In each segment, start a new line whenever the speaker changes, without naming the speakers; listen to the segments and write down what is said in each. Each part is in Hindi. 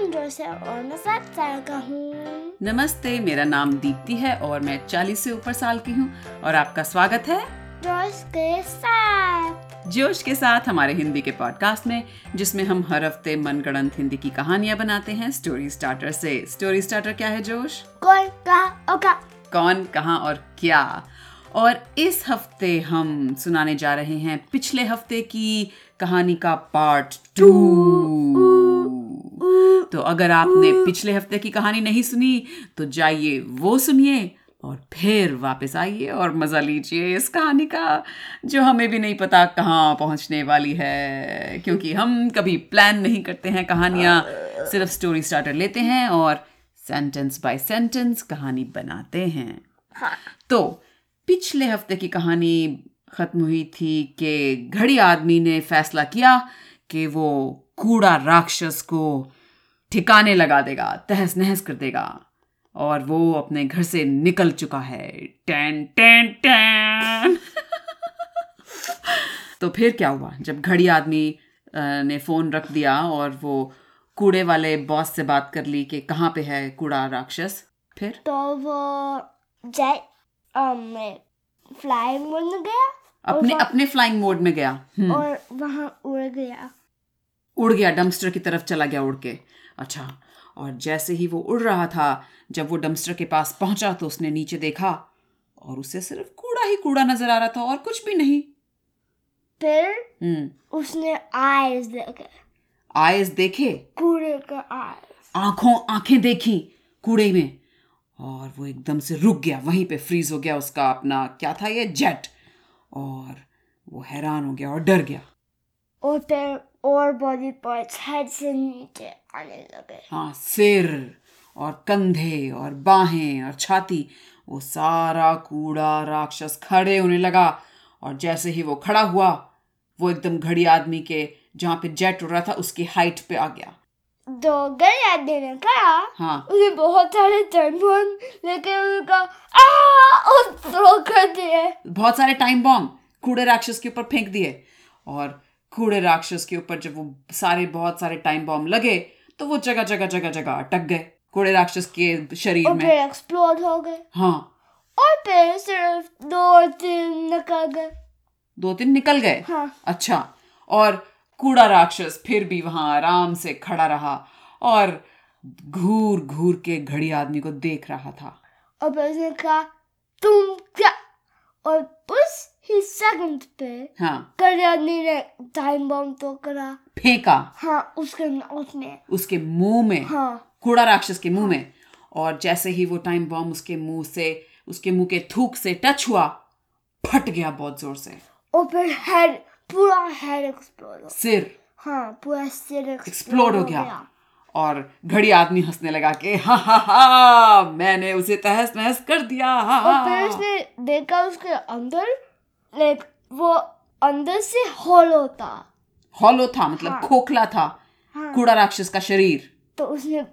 और मैं सात साल का हूँ
नमस्ते मेरा नाम दीप्ति है और मैं 40 से ऊपर साल की हूँ और आपका स्वागत है
जोश के साथ
जोश के साथ हमारे हिंदी के पॉडकास्ट में जिसमें हम हर हफ्ते मनगढ़ंत हिंदी की कहानियां बनाते हैं स्टोरी स्टार्टर से स्टोरी स्टार्टर क्या है जोश
कौन कहा ओका
कौन कहाँ और क्या और इस हफ्ते हम सुनाने जा रहे हैं पिछले हफ्ते की कहानी का पार्ट टू तो अगर आपने पिछले हफ्ते की कहानी नहीं सुनी तो जाइए वो सुनिए और फिर वापस आइए और मज़ा लीजिए इस कहानी का जो हमें भी नहीं पता कहाँ पहुँचने वाली है क्योंकि हम कभी प्लान नहीं करते हैं कहानियाँ सिर्फ स्टोरी स्टार्टर लेते हैं और सेंटेंस बाय सेंटेंस कहानी बनाते हैं
हाँ
तो पिछले हफ्ते की कहानी खत्म हुई थी कि घड़ी आदमी ने फैसला किया कि वो कूड़ा राक्षस को ठिकाने लगा देगा तहस नहस कर देगा और वो अपने घर से निकल चुका है टैन टैन टैन तो फिर क्या हुआ जब घड़ी आदमी अ, ने फोन रख दिया और वो कूड़े वाले बॉस से बात कर ली कि कहाँ पे है कूड़ा राक्षस फिर
तो वो जेट um, में फ्लाइंग बन गया
अपने
और वहाँ-
अपने फ्लाइंग मोड में गया हम्म।
और वहाँ उड़ गया
उड़ गया डम्स्टर की तरफ चला गया उड़ के अच्छा और जैसे ही वो उड़ रहा था जब वो डम्स्टर के पास पहुंचा तो उसने नीचे देखा और उसे सिर्फ कूड़ा ही कूड़ा नजर आ रहा था और कुछ भी नहीं
फिर
हम्म
उसने आईज देखे
आयस देखे
कूड़े का आईज
आंखों आंखें देखी कूड़े में और वो एकदम से रुक गया वहीं पे फ्रीज हो गया उसका अपना क्या था ये जेट और वो हैरान हो गया और डर गया
और फिर और बॉडी पार्ट्स हेड से नीचे आने लगे
हाँ सिर और कंधे और बाहें और छाती वो सारा कूड़ा राक्षस खड़े होने लगा और जैसे ही वो खड़ा हुआ वो एकदम घड़ी आदमी के जहाँ पे जेट उड़ रहा था उसकी हाइट पे आ गया
तो गया देने का
हाँ
उन्हें बहुत सारे जानवर लेके उनका आ और throw कर दिए
बहुत सारे टाइम बॉम्ब कूड़े राक्षस के ऊपर फेंक दिए और कूड़े राक्षस के ऊपर जब वो सारे बहुत सारे टाइम बॉम्ब लगे तो वो जगह जगह जगह जगह अटक गए कूड़े राक्षस के शरीर
और
में
फिर एक्सप्लोड हो गए
हाँ
और फिर सिर्फ दो तीन निकल गए
दो तीन निकल गए
हाँ।
अच्छा और कूड़ा राक्षस फिर भी वहां आराम से खड़ा रहा और घूर घूर के घड़ी आदमी को देख रहा था
और फिर उसने कहा तुम क्या और उस ही सेकंड पे
हाँ
कल्याणी ने टाइम बॉम्ब तो करा
फेंका
हाँ उसके नाक में
उसके मुंह में
हाँ
कूड़ा राक्षस के मुंह में और जैसे ही वो टाइम बॉम्ब उसके मुंह से उसके मुंह के थूक से टच हुआ फट गया बहुत जोर से
और फिर हेड पूरा हेड एक्सप्लोड हो
सिर
हाँ पूरा सिर
एक्सप्लोड हो गया और घड़ी आदमी हंसने लगा कि हा हा हा मैंने उसे तहस नहस कर दिया हा
और फिर
हा
उसने देखा उसके अंदर लाइक वो अंदर से हॉलो था
हॉलो था मतलब
हाँ।
खोखला था
हाँ।
कूड़ा राक्षस का शरीर
तो उसने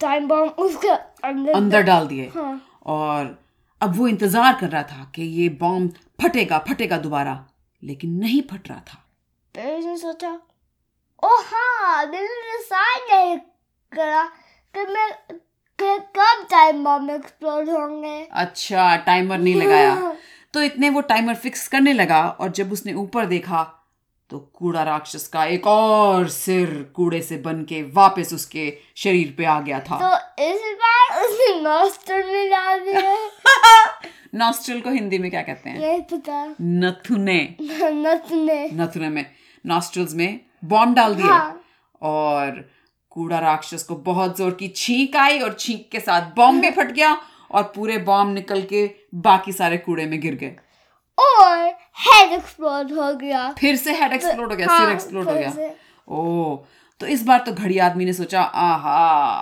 टाइम बॉम्ब उसके अंदर
अंदर डाल दिए
हाँ
और अब वो इंतजार कर रहा था कि ये बॉम्ब फटेगा फटेगा दोबारा लेकिन नहीं फट रहा था
फिर उसने सोचा ओ हाँ मैंने डिसाइड नहीं करा कि मैं कि कब टाइम बॉम्ब एक्सप्लोड होंगे
अच्छा टाइमर नहीं लगाया तो इतने वो टाइमर फिक्स करने लगा और जब उसने ऊपर देखा तो कूड़ा राक्षस का एक और सिर कूड़े से बन के वापस उसके शरीर पे आ गया था
तो इस बार उसने मास्टर में डाल दिया
नॉस्ट्रल को हिंदी में क्या कहते हैं
नहीं पता
नथुने
नत ने
नथुने में नॉस्ट्रल्स में बॉम्ब डाल दिया
हाँ।
और कूड़ा राक्षस को बहुत जोर की छींक आई और छींक के साथ बॉम्ब भी फट गया और पूरे बॉम्ब निकल के बाकी सारे कूड़े में गिर गए
और हेड एक्सप्लोड हो गया
फिर से हेड एक्सप्लोड हो गया सिर
हाँ,
एक्सप्लोड हो
फिर
गया
से।
ओ तो इस बार तो घड़ी आदमी ने सोचा आहा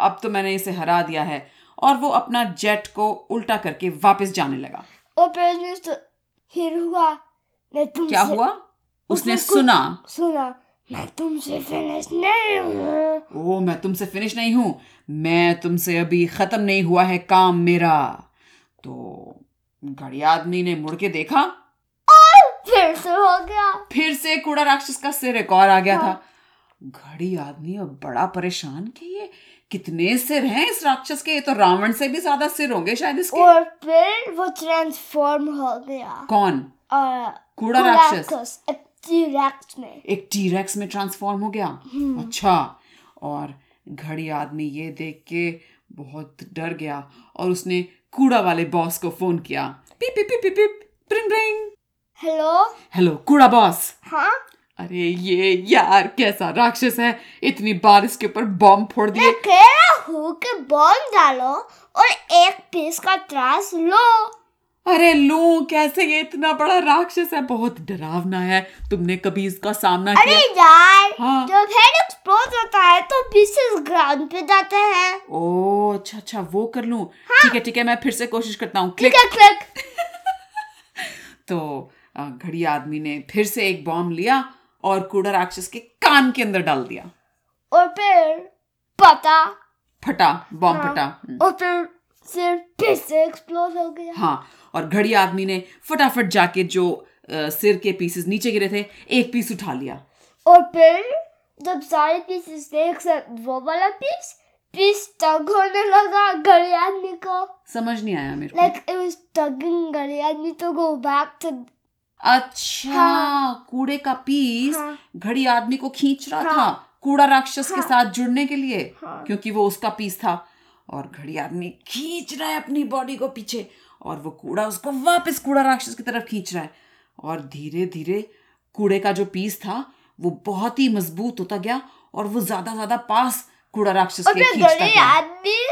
अब तो मैंने इसे हरा दिया है और वो अपना जेट को उल्टा करके वापस जाने लगा
और फिर उसने सु- फिर हुआ मैं तुमसे
क्या हुआ उसने
उसने कुछ-
सुना
सुना मैं तुमसे फिनिश नहीं हूँ
ओ मैं तुमसे फिनिश नहीं हूं मैं तुमसे अभी खत्म नहीं हुआ है काम मेरा तो घड़ी आदमी ने मुड़ के देखा
फिर से हो गया
फिर से कूड़ा राक्षस का सिर एक और आ गया था घड़ी आदमी अब बड़ा परेशान कि ये कितने सिर हैं इस राक्षस के ये तो रावण से भी ज्यादा सिर होंगे शायद इसके
और फिर वो ट्रांसफॉर्म हो गया
कौन
और
कूड़ा राक्षस
एक T-Rex में
एक टीरेक्स में ट्रांसफॉर्म हो गया अच्छा और घड़ी आदमी ये देख के बहुत डर गया और उसने कूड़ा वाले बॉस को फोन किया पिप पिप पिप पिप पिप प्रिंग प्रिंग
हेलो
हेलो कूड़ा बॉस
हाँ
अरे ये यार कैसा राक्षस है इतनी बारिश के ऊपर बॉम्ब फोड़
मैं
दिए
कह रहा हूँ कि बॉम्ब डालो और एक पीस का त्रास लो
अरे लू कैसे ये इतना बड़ा राक्षस है बहुत डरावना है तुमने कभी इसका सामना
अरे
किया
यार
हाँ।
जब हेड एक्सप्लोड होता है तो पीसेस ग्राउंड पे जाते हैं
ओ अच्छा अच्छा वो कर लूं ठीक है ठीक है मैं फिर से कोशिश करता हूँ क्लिक
क्लिक क्लिक
तो अ, घड़ी आदमी ने फिर से एक बॉम्ब लिया और कूड़ा राक्षस के कान के अंदर डाल दिया
और फिर पता
फटा बॉम्ब
हाँ।
फटा हम्म।
और फिर फिर फिर से एक्सप्लोड हो गया
हाँ और घड़ी आदमी ने फटाफट जाके जो अ, सिर के पीसेस नीचे गिरे थे एक पीस उठा लिया
और फिर जब सारे पीसेस थे except वो वाला पीस पीस टग होने लगा घड़ी आदमी को
समझ नहीं आया मेरे को
लाइक इट वाज टगिंग घड़ी आदमी तो गो बैक टू
अच्छा
हाँ।
कूड़े का पीस
हाँ।
घड़ी आदमी को खींच रहा
हाँ।
था कूड़ा राक्षस के
हाँ।
साथ जुड़ने के लिए
हाँ।
क्योंकि वो उसका पीस था और घड़ी आदमी खींच रहा है अपनी बॉडी को पीछे और वो कूड़ा उसको वापस कूड़ा राक्षस की तरफ खींच रहा है और धीरे धीरे कूड़े का जो पीस था वो बहुत ही मजबूत होता गया और वो ज्यादा ज्यादा पास कूड़ा राक्षस
और
के
फिर
खींचता
घड़ी
गया
आदमी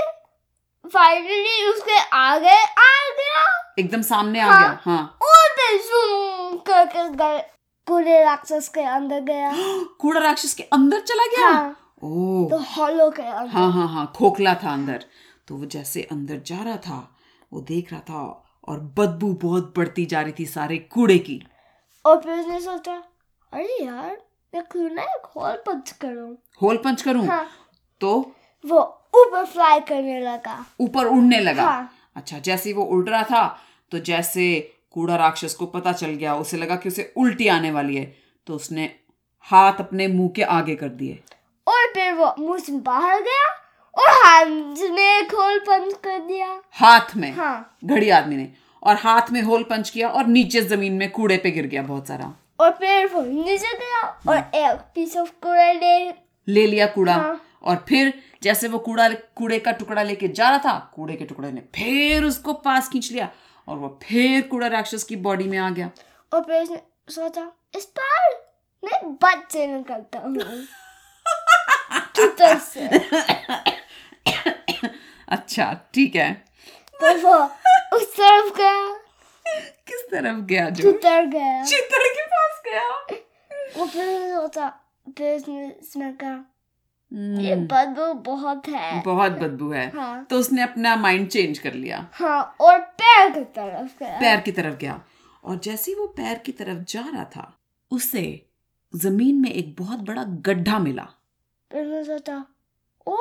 फाइनली उसके आगे आ गया
एकदम सामने आ
हाँ।
गया हाँ
और फिर zoom करके घड़ी पूरे राक्षस के अंदर गया
कूड़ा राक्षस के अंदर चला गया
हाँ।
ओह
तो हॉलो के अंदर
हाँ हाँ हाँ खोखला था अंदर तो वो जैसे अंदर जा रहा था वो देख रहा था और बदबू बहुत बढ़ती जा रही थी सारे कूड़े की
और फिर उसने सोचा अरे यार मैं क्यों ना एक हॉल पंच करूं
होल पंच करूं
हाँ
तो
वो ऊपर फ्लाई करने लगा
ऊपर उड़ने लगा
हाँ।
अच्छा जैसे ही वो उड़ रहा था तो जैसे कूड़ा राक्षस को पता चल गया उसे लगा कि उसे उल्टी आने वाली है तो उसने हाथ अपने मुंह के आगे कर दिए
और फिर वो मुंह से बाहर गया और हाथ में एक होल पंच कर दिया
हाथ में
हाँ
घड़ी आदमी ने और हाथ में होल पंच किया और नीचे जमीन में कूड़े पे गिर गया बहुत सारा
और फिर वो नीचे गया और एक पीस ऑफ कूड़ा ले
ले लिया कूड़ा
हाँ।
और फिर जैसे वो कूड़ा कूड़े का टुकड़ा लेके जा रहा था कूड़े के टुकड़े ने फिर उसको पास खींच लिया और वो फिर कूड़ा राक्षस की बॉडी में आ गया
और फिर उसने सोचा इस बार मैं बच से निकलता हूँ चुतर से
अच्छा ठीक है
तो वो उस तरफ गया
किस तरफ गया जो
चुतर गया
चितर के पास गया
और फिर उसने सोचा फिर उसने उसने कहा
Hmm.
ये
हम्म,
बदबू बहुत है
बहुत बदबू है
हाँ।
तो उसने अपना माइंड चेंज कर लिया
हाँ और पैर की तरफ गया
पैर की तरफ गया और जैसे ही वो पैर की तरफ जा रहा था उसे जमीन में एक बहुत बड़ा गड्ढा मिला
फिर मैं सोचा ओ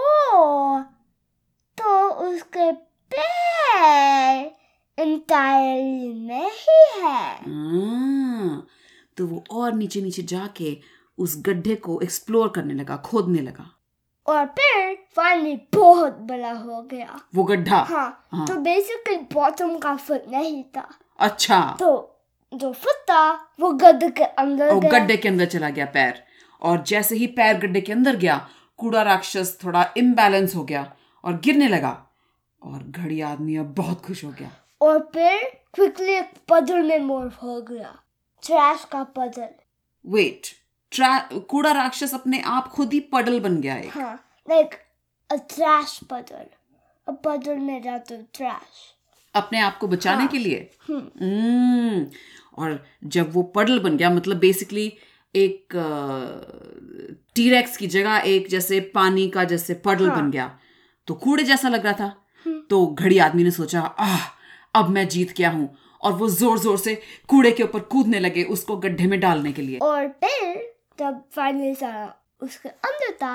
तो उसके पैर इंटायरली नहीं है
हाँ, तो वो और नीचे नीचे जाके उस गड्ढे को एक्सप्लोर करने लगा खोदने लगा
और फिर फाइनली बहुत बड़ा हो गया
वो गड्ढा
हाँ
हाँ।
तो बेसिकली बॉटम का फुट नहीं था
अच्छा
तो जो फुट था वो गद्दे के अंदर
और
गया
गड्ढे के अंदर चला गया पैर और जैसे ही पैर गड्ढे के अंदर गया कूड़ा राक्षस थोड़ा इम्बैलेंस हो गया और गिरने लगा और घड़ी आदमी अब बहुत खुश हो गया
और फिर क्विकली एक पजल में मोड़ हो गया ट्रैश का पजल
वेट ट्रा- कूड़ा राक्षस अपने आप खुद ही पडल बन गया है
Huh. Like a trash puddle. A puddle made out of trash.
अपने आप को बचाने के लिए
Hmm.
हम्म और जब वो पडल बन गया मतलब बेसिकली एक टीरेक्स की जगह एक जैसे पानी का जैसे पडल बन गया तो कूड़े जैसा लग रहा था तो घड़ी आदमी ने सोचा आह अब मैं जीत गया हूं और वो जोर जोर से कूड़े के ऊपर कूदने लगे उसको गड्ढे में डालने के लिए
और फिर जब फाइनली सारा उसके अंदर था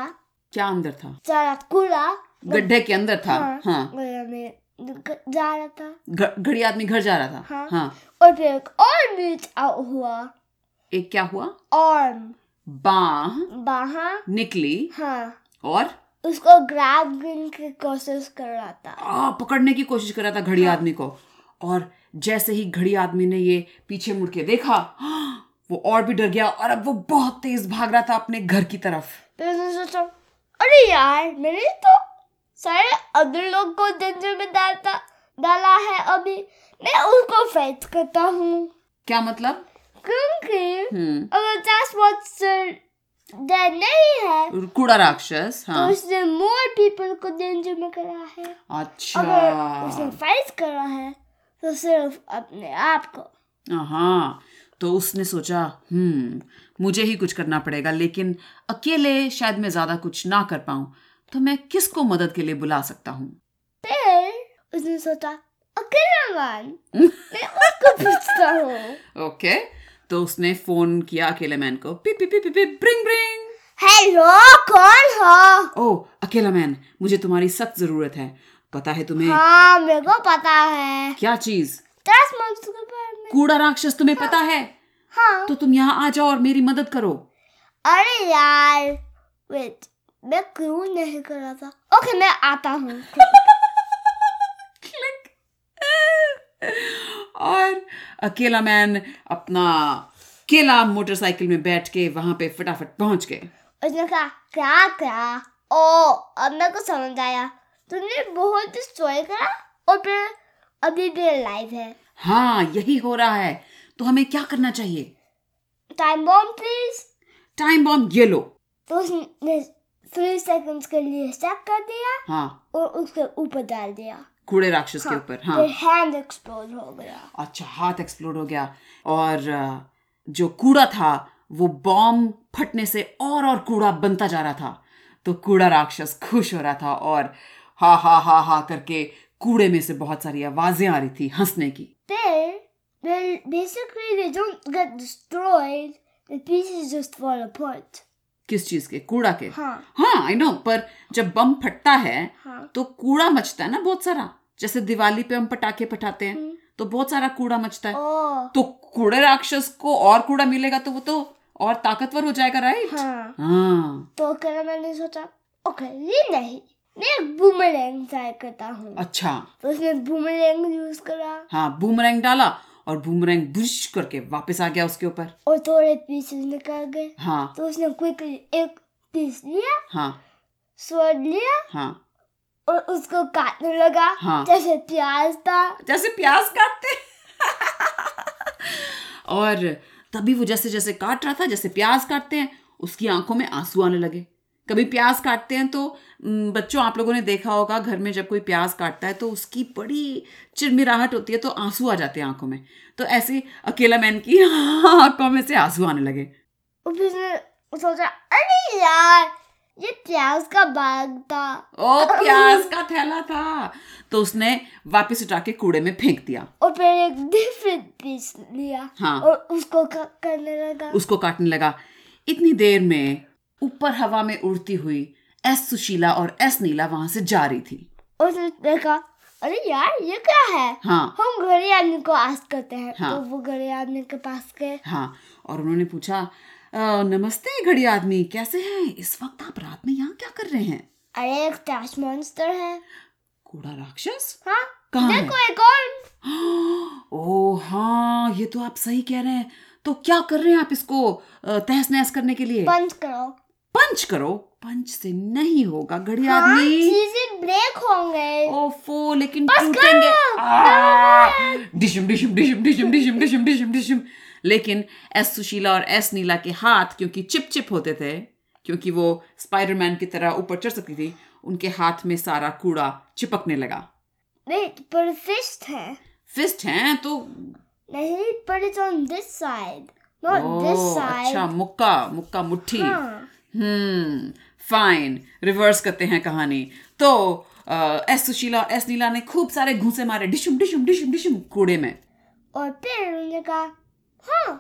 क्या अंदर था
सारा कूड़ा
गड्ढे के अंदर था हाँ
गया में ग- जा रहा था
घ- घड़ी आदमी घर जा रहा था
हाँ।
हाँ
और फिर एक और मीट आउट हुआ
एक क्या हुआ
आर्म
बाह
बाहा
निकली
हाँ
और
उसको ग्रैब करने की कोशिश कर रहा था
आ, पकड़ने की कोशिश कर रहा था घड़ी आदमी को और जैसे ही घड़ी आदमी ने ये पीछे मुड़ के देखा हाँ, वो और भी डर गया और अब वो बहुत तेज भाग रहा था अपने घर की तरफ
फिर उसने सोचा अरे यार मैंने तो सारे अदर लोग को डेंजर में डालता डाला है अभी मैं उसको फेच करता हूँ
क्या मतलब
क्योंकि
हम्म
अगर चास मॉन्स्टर डेड नहीं है
कूड़ा राक्षस
तो
हाँ
उसने मोर पीपल को डेंजर में करा है अगर उसने
अच्छा
फाइट करा है तो सिर्फ अपने आप को
हाँ तो उसने सोचा हम्म मुझे ही कुछ करना पड़ेगा लेकिन अकेले शायद मैं ज्यादा कुछ ना कर पाऊँ तो मैं किसको मदद के लिए बुला सकता हूँ
फिर उसने सोचा अकेला मान मैं उसको पूछता हूँ
ओके तो उसने फोन किया अकेले मैन को पिप पिप पिप पिप ब्रिंग ब्रिंग
हेलो कौन हो
ओ अकेला मैन मुझे तुम्हारी सख्त जरूरत है पता है तुम्हें
हाँ मेरे को पता है
क्या चीज
दस मंथ के बारे में
कूड़ा राक्षस तुम्हें पता है
हाँ
तो तुम यहाँ आ जाओ और मेरी मदद करो
अरे यार वेट मैं क्यों नहीं कर रहा था ओके मैं आता हूँ
क्लिक और अकेला मैन अपना केला मोटरसाइकिल में बैठ के वहां पे फटाफट पहुंच गए
उसने कहा क्या क्या ओ अब मेरे को समझ आया तुमने बहुत स्टोरी करा और फिर अभी भी लाइव है
हाँ यही हो रहा है तो हमें क्या करना चाहिए
time bomb please
time bomb ये लो
तो उसने थ्री सेकंड्स के लिए स्टक कर दिया
हाँ
और उसके ऊपर डाल दिया
कूड़े राक्षस के ऊपर हाँ
फिर हैंड एक्सप्लोड हो गया
अच्छा हाथ एक्सप्लोड हो गया और अ, जो कूड़ा था वो बॉम्ब फटने से और और कूड़ा बनता जा रहा था तो कूड़ा राक्षस खुश हो रहा था और हा हा हा हा करके कूड़े में से बहुत सारी आवाजें आ रही थी हंसने की
Then, well, basically, they don't get destroyed. The pieces just fall apart.
किस चीज के कूड़ा के
हाँ
हाँ आई नो पर जब बम फटता है
हाँ
तो कूड़ा मचता है ना बहुत सारा जैसे दिवाली पे हम पटाखे पटाते हैं
हम्म।
तो बहुत सारा कूड़ा मचता है
ओ
तो कूड़े राक्षस को और कूड़ा मिलेगा तो वो तो और ताकतवर हो जाएगा राइट
हाँ
हाँ
तो कल मैंने सोचा ओके ये नहीं मैं एक बूमरैंग ट्राई करता हूँ
अच्छा
तो उसने बूमरैंग यूज करा
हाँ बूमरैंग डाला और बूमरैंग बुश करके वापस आ गया उसके ऊपर
और थोड़े पीसेस निकल गए
हाँ
तो उसने क्विकली एक पीस लिया
हाँ
स्वर्ड लिया
हाँ
और उसको काटने लगा
हाँ।
जैसे प्याज था
जैसे प्याज काटते और तभी वो जैसे जैसे काट रहा था जैसे प्याज काटते हैं उसकी आंखों में आंसू आने लगे कभी प्याज काटते हैं तो उम, बच्चों आप लोगों ने देखा होगा घर में जब कोई प्याज काटता है तो उसकी बड़ी चिड़मिराहट होती है तो आंसू आ जाते हैं आंखों में तो ऐसे ही अकेला मैन की आंखों में से आंसू आने लगे
और फिर उसने सोचा अरे यार ये प्याज का बाग था
ओ प्याज का थैला था तो उसने वापस उठा के कूड़े में फेंक दिया
और फिर एक डिफरेंट पीस लिया
हाँ।
और उसको क- करने लगा
उसको काटने लगा इतनी देर में ऊपर हवा में उड़ती हुई एस सुशीला और एस नीला वहां से जा रही थी
और उसने देखा अरे यार ये क्या है
हाँ
हम घरे आदमी को आस्क करते हैं
हाँ।
तो वो घरे आदमी के पास गए
हाँ और उन्होंने पूछा "अ, नमस्ते घड़ी आदमी कैसे हैं इस वक्त आप रात में यहाँ क्या कर रहे हैं
अरे एक टैश मॉन्स्टर है
कूड़ा राक्षस
हाँ
कहाँ है?
देखो एक और
ओ हाँ ये तो आप सही कह रहे हैं तो क्या कर रहे हैं आप इसको अ, तहस नहस करने के लिए
बंद करो
पंच करो पंच से नहीं होगा घड़ी
हाँ
आदमी
चीजें ब्रेक होंगे
ओफो लेकिन
बस
टूटेंगे
करो,
आ, डिशम डिशम डिशम डिशम डिशम डिशम डिशम डिशम लेकिन एस सुशीला और एस नीला के हाथ क्योंकि चिप चिप होते थे क्योंकि वो स्पाइडरमैन की तरह ऊपर चढ़ सकती थी उनके हाथ में सारा कूड़ा चिपकने लगा
वेट पर फिश है
फिस्ट हैं तो
नहीं पर it's on this side not this
oh,
side
अच्छा मुक्का मुक्का मुट्ठी
हाँ।
हम्म फाइन रिवर्स करते हैं कहानी तो अ, एस सुशीला और एस नीला ने खूब सारे घूंसे मारे डिशुम डिशुम डिशुम डिशुम कूड़े में
और फिर उन्होंने कहा हाँ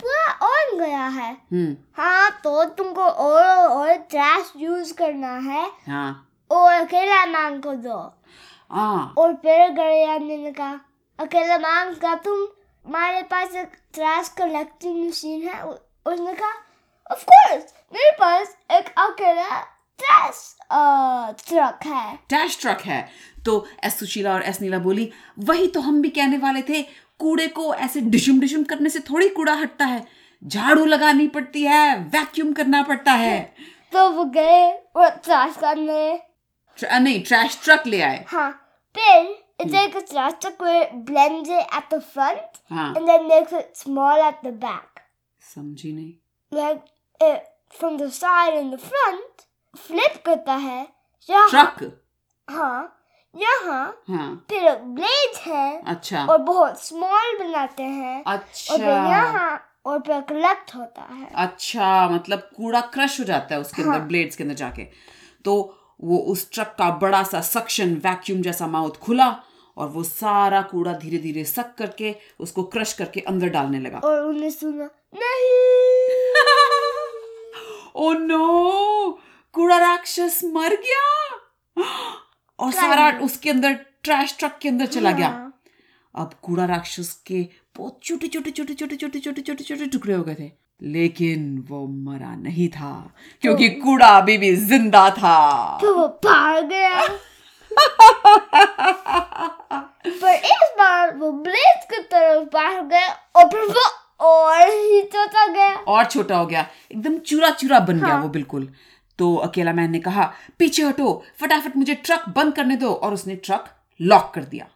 पूरा ऑन गया है
हम्म
हाँ तो तुमको और और ट्रैश यूज करना है
हाँ
और अकेला मांग को दो
हाँ
और फिर गड़ियाने ने कहा अकेला मांग का तुम हमारे पास एक ट्रैश कलेक्टिंग मशीन है उ- उसने कहा ऑफ कोर्स मेरे पास एक अकेला ट्रस ट्रक है
डैश ट्रक है तो एस सुशीला और एस नीला बोली वही तो हम भी कहने वाले थे कूड़े को ऐसे डिशुम डिशुम करने से थोड़ी कूड़ा हटता है झाड़ू लगानी पड़ती है वैक्यूम करना पड़ता है
तो वो गए और ट्रस करने
ट्र, अ, नहीं ट्रैश ट्रक ले आए
हाँ then it takes a plastic where it blends it at the front
हाँ
and then makes it small at the back
समझी नहीं
like it from the side and the front flip करता है यहाँ
ट्रक
हाँ यहाँ
हाँ
फिर ब्लेड है
अच्छा
और बहुत स्मॉल बनाते हैं और फिर
अच्छा
यहाँ और फिर कलेक्ट होता है
अच्छा मतलब कूड़ा क्रश हो जाता है उसके अंदर ब्लेड्स के अंदर जाके तो वो उस ट्रक का बड़ा सा सक्शन वैक्यूम जैसा माउथ खुला और वो सारा कूड़ा धीरे धीरे सक करके उसको क्रश करके अंदर डालने लगा
और उन्हें सुना नहीं
ओ नो Oh कूड़ा राक्षस मर गया और सारा उसके अंदर ट्रैश ट्रक के अंदर चला गया
हाँ,
अब कूड़ा राक्षस के बहुत छोटे छोटे छोटे छोटे छोटे छोटे छोटे छोटे टुकड़े हो गए थे लेकिन वो मरा नहीं था क्योंकि कूड़ा अभी भी जिंदा था
तो वो भाग गया पर इस बार वो ब्लेड की तरफ बाहर गया और फिर वो और ही चोटा गया
और छोटा हो गया एकदम चूरा चूरा बन
हाँ।
गया वो बिल्कुल तो अकेला मैन ने कहा पीछे हटो फटाफट मुझे ट्रक बंद करने दो और उसने ट्रक लॉक कर दिया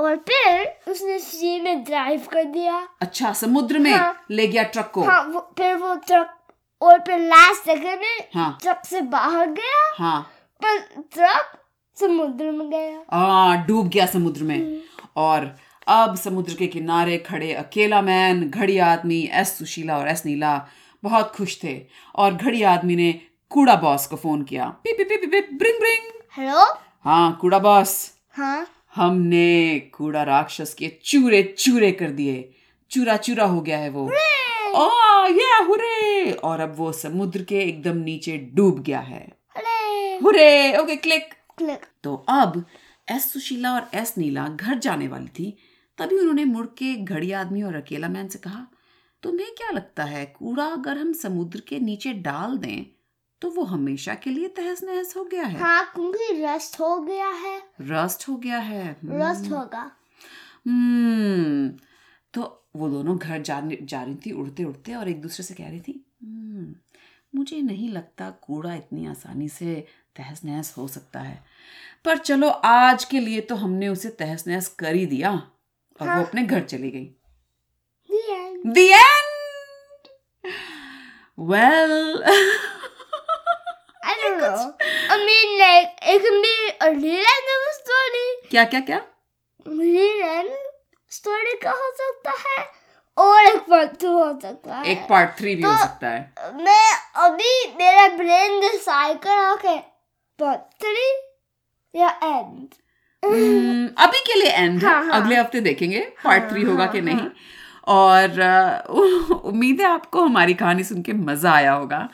और फिर उसने सी में ड्राइव कर दिया
अच्छा समुद्र में
हाँ।
ले गया ट्रक को
हाँ वो, फिर वो ट्रक और फिर लास्ट सेकंड में
हाँ
ट्रक से बाहर गया
हाँ
पर ट्रक समुद्र में गया
आ, डूब गया समुद्र में और अब समुद्र के किनारे खड़े अकेला मैन घड़ी आदमी एस सुशीला और एस नीला बहुत खुश थे और घड़ी आदमी ने कूड़ा बॉस को फोन किया पिप पिप पिप पिप ब्रिंग ब्रिंग
हेलो
हाँ कूड़ा बॉस
हाँ
हमने कूड़ा राक्षस के चूरे चूरे कर दिए चूरा चूरा हो गया है वो ओ या हुरे और अब वो समुद्र के एकदम नीचे डूब गया है
अरे
हुरे ओके क्लिक
क्लिक
तो अब एस सुशीला और एस नीला घर जाने वाली थी तभी उन्होंने मुड़ के घड़ी आदमी और अकेला मैन से कहा तुम्हें क्या लगता है कूड़ा अगर हम समुद्र के नीचे डाल दें तो वो हमेशा के लिए तहस नहस हो गया है
हाँ क्योंकि रस्ट हो गया है
रस्ट हो गया है हम्म,
रस्ट होगा
हम्म तो वो दोनों घर जाने जा रही थी उड़ते उड़ते और एक दूसरे से कह रही थी "हम्म, मुझे नहीं लगता कूड़ा इतनी आसानी से तहस नहस हो सकता है पर चलो आज के लिए तो हमने उसे तहस नहस कर ही दिया और वो
हाँ।
अपने घर चली गई
The end.
The end. Well,
I don't know. I mean, like it can be a real end of a story.
क्या क्या क्या
real end story का हो सकता है और एक part two हो सकता है.
एक पार्ट थ्री भी हो सकता है
मैं अभी मेरा ब्रेन डिसाइड करा के part three या end.
हम्म, अभी के लिए एंड
हाँ, हाँ।
अगले हफ्ते देखेंगे पार्ट थ्री होगा
हाँ,
कि नहीं और अ, उम्मीद है आपको हमारी कहानी सुन के मज़ा आया होगा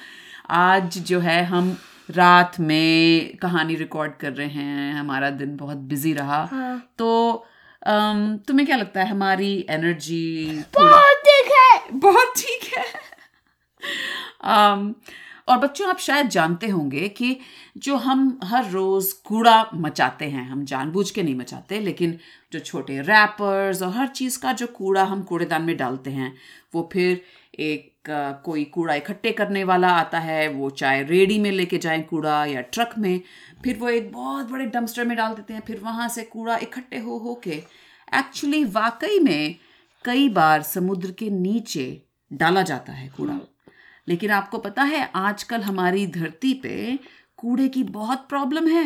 आज जो है हम रात में कहानी रिकॉर्ड कर रहे हैं हमारा दिन बहुत बिजी रहा
हाँ.
तो अम, तुम्हें क्या लगता है हमारी एनर्जी
बहुत ठीक है.
बहुत ठीक है um, और बच्चों आप शायद जानते होंगे कि जो हम हर रोज़ कूड़ा मचाते हैं हम जानबूझ के नहीं मचाते लेकिन जो छोटे रैपर्स और हर चीज़ का जो कूड़ा हम कूड़ेदान में डालते हैं वो फिर एक अ, कोई कूड़ा इकट्ठे करने वाला आता है वो चाहे रेडी में लेके जाए कूड़ा या ट्रक में फिर वो एक बहुत बड़े डंपस्टर में डाल देते हैं फिर वहाँ से कूड़ा इकट्ठे हो हो के एक्चुअली वाकई में कई बार समुद्र के नीचे डाला जाता है कूड़ा लेकिन आपको पता है आजकल हमारी धरती पे कूड़े की बहुत प्रॉब्लम है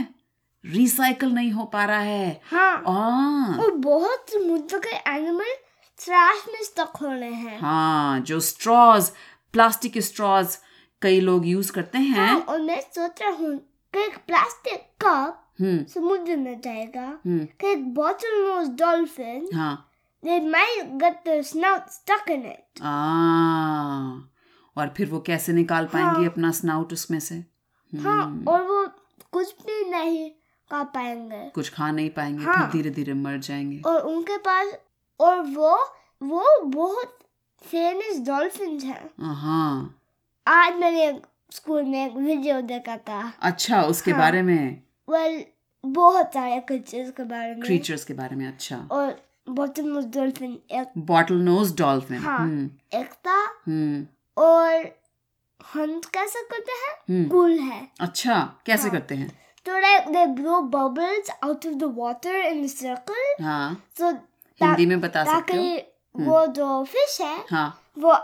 रिसाइकल नहीं हो पा रहा है
हाँ.
आ,
और बहुत समुद्र के एनिमल ट्रैश में स्टक हो रहे हैं
हाँ जो स्ट्रॉज प्लास्टिक स्ट्रॉज कई लोग यूज करते हैं
हाँ, और मैं सोच रहा हूँ कि एक प्लास्टिक कप
हम्म
समुद्र में जाएगा
हम्म
कि एक बॉटल नोज डॉल्फिन
हाँ
they might get their snout stuck in it.
आ, और फिर वो कैसे निकाल पाएंगे अपना स्नाउट उसमें से
हाँ और वो कुछ भी नहीं खा पाएंगे
कुछ खा नहीं पाएंगे
हाँ।
फिर धीरे धीरे मर जाएंगे
और उनके पास और वो वो बहुत फेमस डॉल्फिन हैं
हाँ
आज मैंने एक स्कूल में एक वीडियो देखा था
अच्छा उसके
हाँ।
बारे में
वेल बहुत सारे क्रीचर्स के बारे में
क्रीचर्स के बारे में अच्छा
और बॉटम ऑफ डॉल्फिन एक
बॉटल नोज डॉल्फिन
हाँ।
हम्म
एक था
हम्म
और हम कैसे करते हैं
हम्म
कूल है
अच्छा कैसे
हाँ।
करते हैं
तो like they blow bubbles out of the water in circle
हाँ
सो
हिंदी में बता सकते हो
ताकि वो जो फिश है
हाँ
वो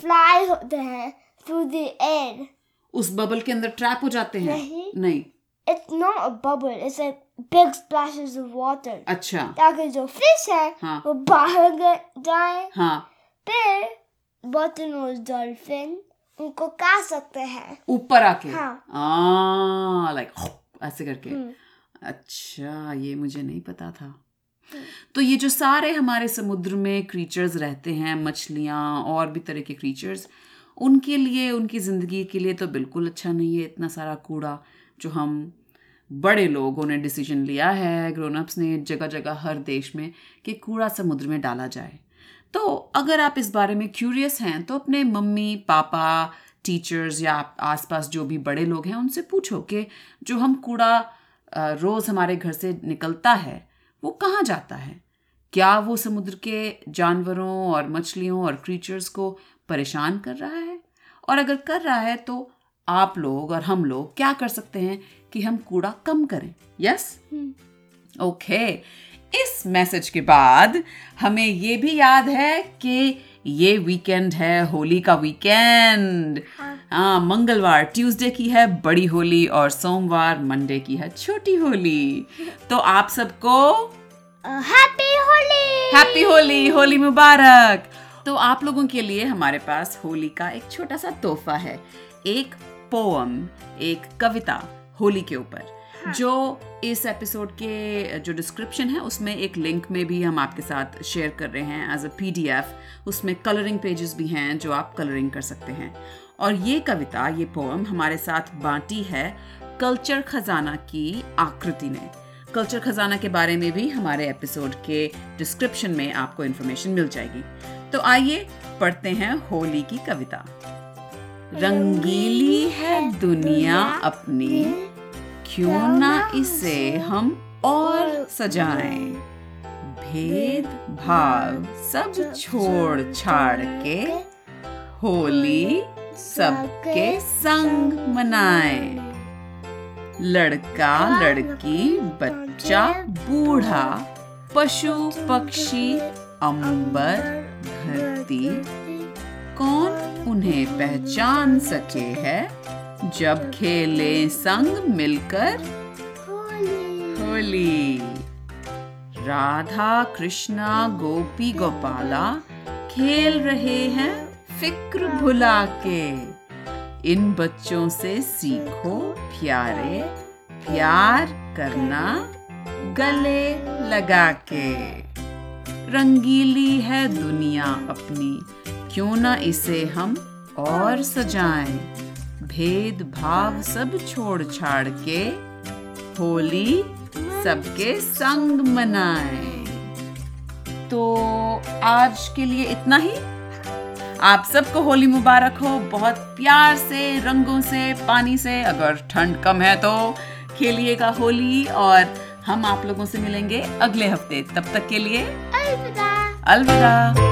फ्लाई होते हैं थ्रू द एयर
उस बबल के अंदर ट्रैप हो जाते हैं
नहीं।
नहीं
it's not a bubble it's like big splashes of water
अच्छा
ताकि जो फिश है
हाँ
वो बाहर गए- जाए
हाँ
फिर बॉटनोज डॉल्फिन उनको खा सकते हैं
ऊपर आके
हाँ।
लाइक ऐसे करके
हम्म।
अच्छा ये मुझे नहीं पता था
हम्म।
तो ये जो सारे हमारे समुद्र में क्रीचर्स रहते हैं मछलियाँ और भी तरह के क्रीचर्स उनके लिए उनकी ज़िंदगी के लिए तो बिल्कुल अच्छा नहीं है इतना सारा कूड़ा जो हम बड़े लोगों ने डिसीजन लिया है ग्रोनअप्स ने जगह जगह हर देश में कि कूड़ा समुद्र में डाला जाए तो अगर आप इस बारे में क्यूरियस हैं तो अपने मम्मी पापा टीचर्स या आप आसपास जो भी बड़े लोग हैं उनसे पूछो कि जो हम कूड़ा अ, रोज़ हमारे घर से निकलता है वो कहाँ जाता है क्या वो समुद्र के जानवरों और मछलियों और क्रीचर्स को परेशान कर रहा है और अगर कर रहा है तो आप लोग और हम लोग क्या कर सकते हैं कि हम कूड़ा कम करें यस ओके इस मैसेज के बाद हमें ये भी याद है कि ये वीकेंड है होली का वीकेंड हाँ मंगलवार ट्यूसडे की है बड़ी होली और सोमवार मंडे की है छोटी होली तो आप सबको
हैप्पी होली
हैप्पी होली होली मुबारक तो आप लोगों के लिए हमारे पास होली का एक छोटा सा तोहफा है एक पोअम एक कविता होली के ऊपर जो इस एपिसोड के जो डिस्क्रिप्शन है उसमें एक लिंक में भी हम आपके साथ शेयर कर रहे हैं एज अ पीडीएफ उसमें कलरिंग पेजेस भी हैं जो आप कलरिंग कर सकते हैं और ये कविता ये पोअम हमारे साथ बांटी है कल्चर खजाना की आकृति ने कल्चर खजाना के बारे में भी हमारे एपिसोड के डिस्क्रिप्शन में आपको इन्फॉर्मेशन मिल जाएगी तो आइए पढ़ते हैं होली की कविता रंगीली है दुनिया अपनी क्यों ना इसे हम और सजाएं भेद भाव सब छोड़ छाड़ के होली सबके संग मनाएं लड़का लड़की बच्चा बूढ़ा पशु पक्षी अंबर धरती कौन उन्हें पहचान सके है जब खेले संग मिलकर होली राधा कृष्णा गोपी गोपाला खेल रहे हैं फिक्र भुला के इन बच्चों से सीखो प्यारे प्यार करना गले लगा के रंगीली है दुनिया अपनी क्यों ना इसे हम और सजाएं भेद भाव सब छोड़ छाड़ के होली सबके संग मनाएं तो आज के लिए इतना ही आप सबको होली मुबारक हो बहुत प्यार से रंगों से पानी से अगर ठंड कम है तो खेलिएगा होली और हम आप लोगों से मिलेंगे अगले हफ्ते तब तक के लिए
अलविदा
अलविदा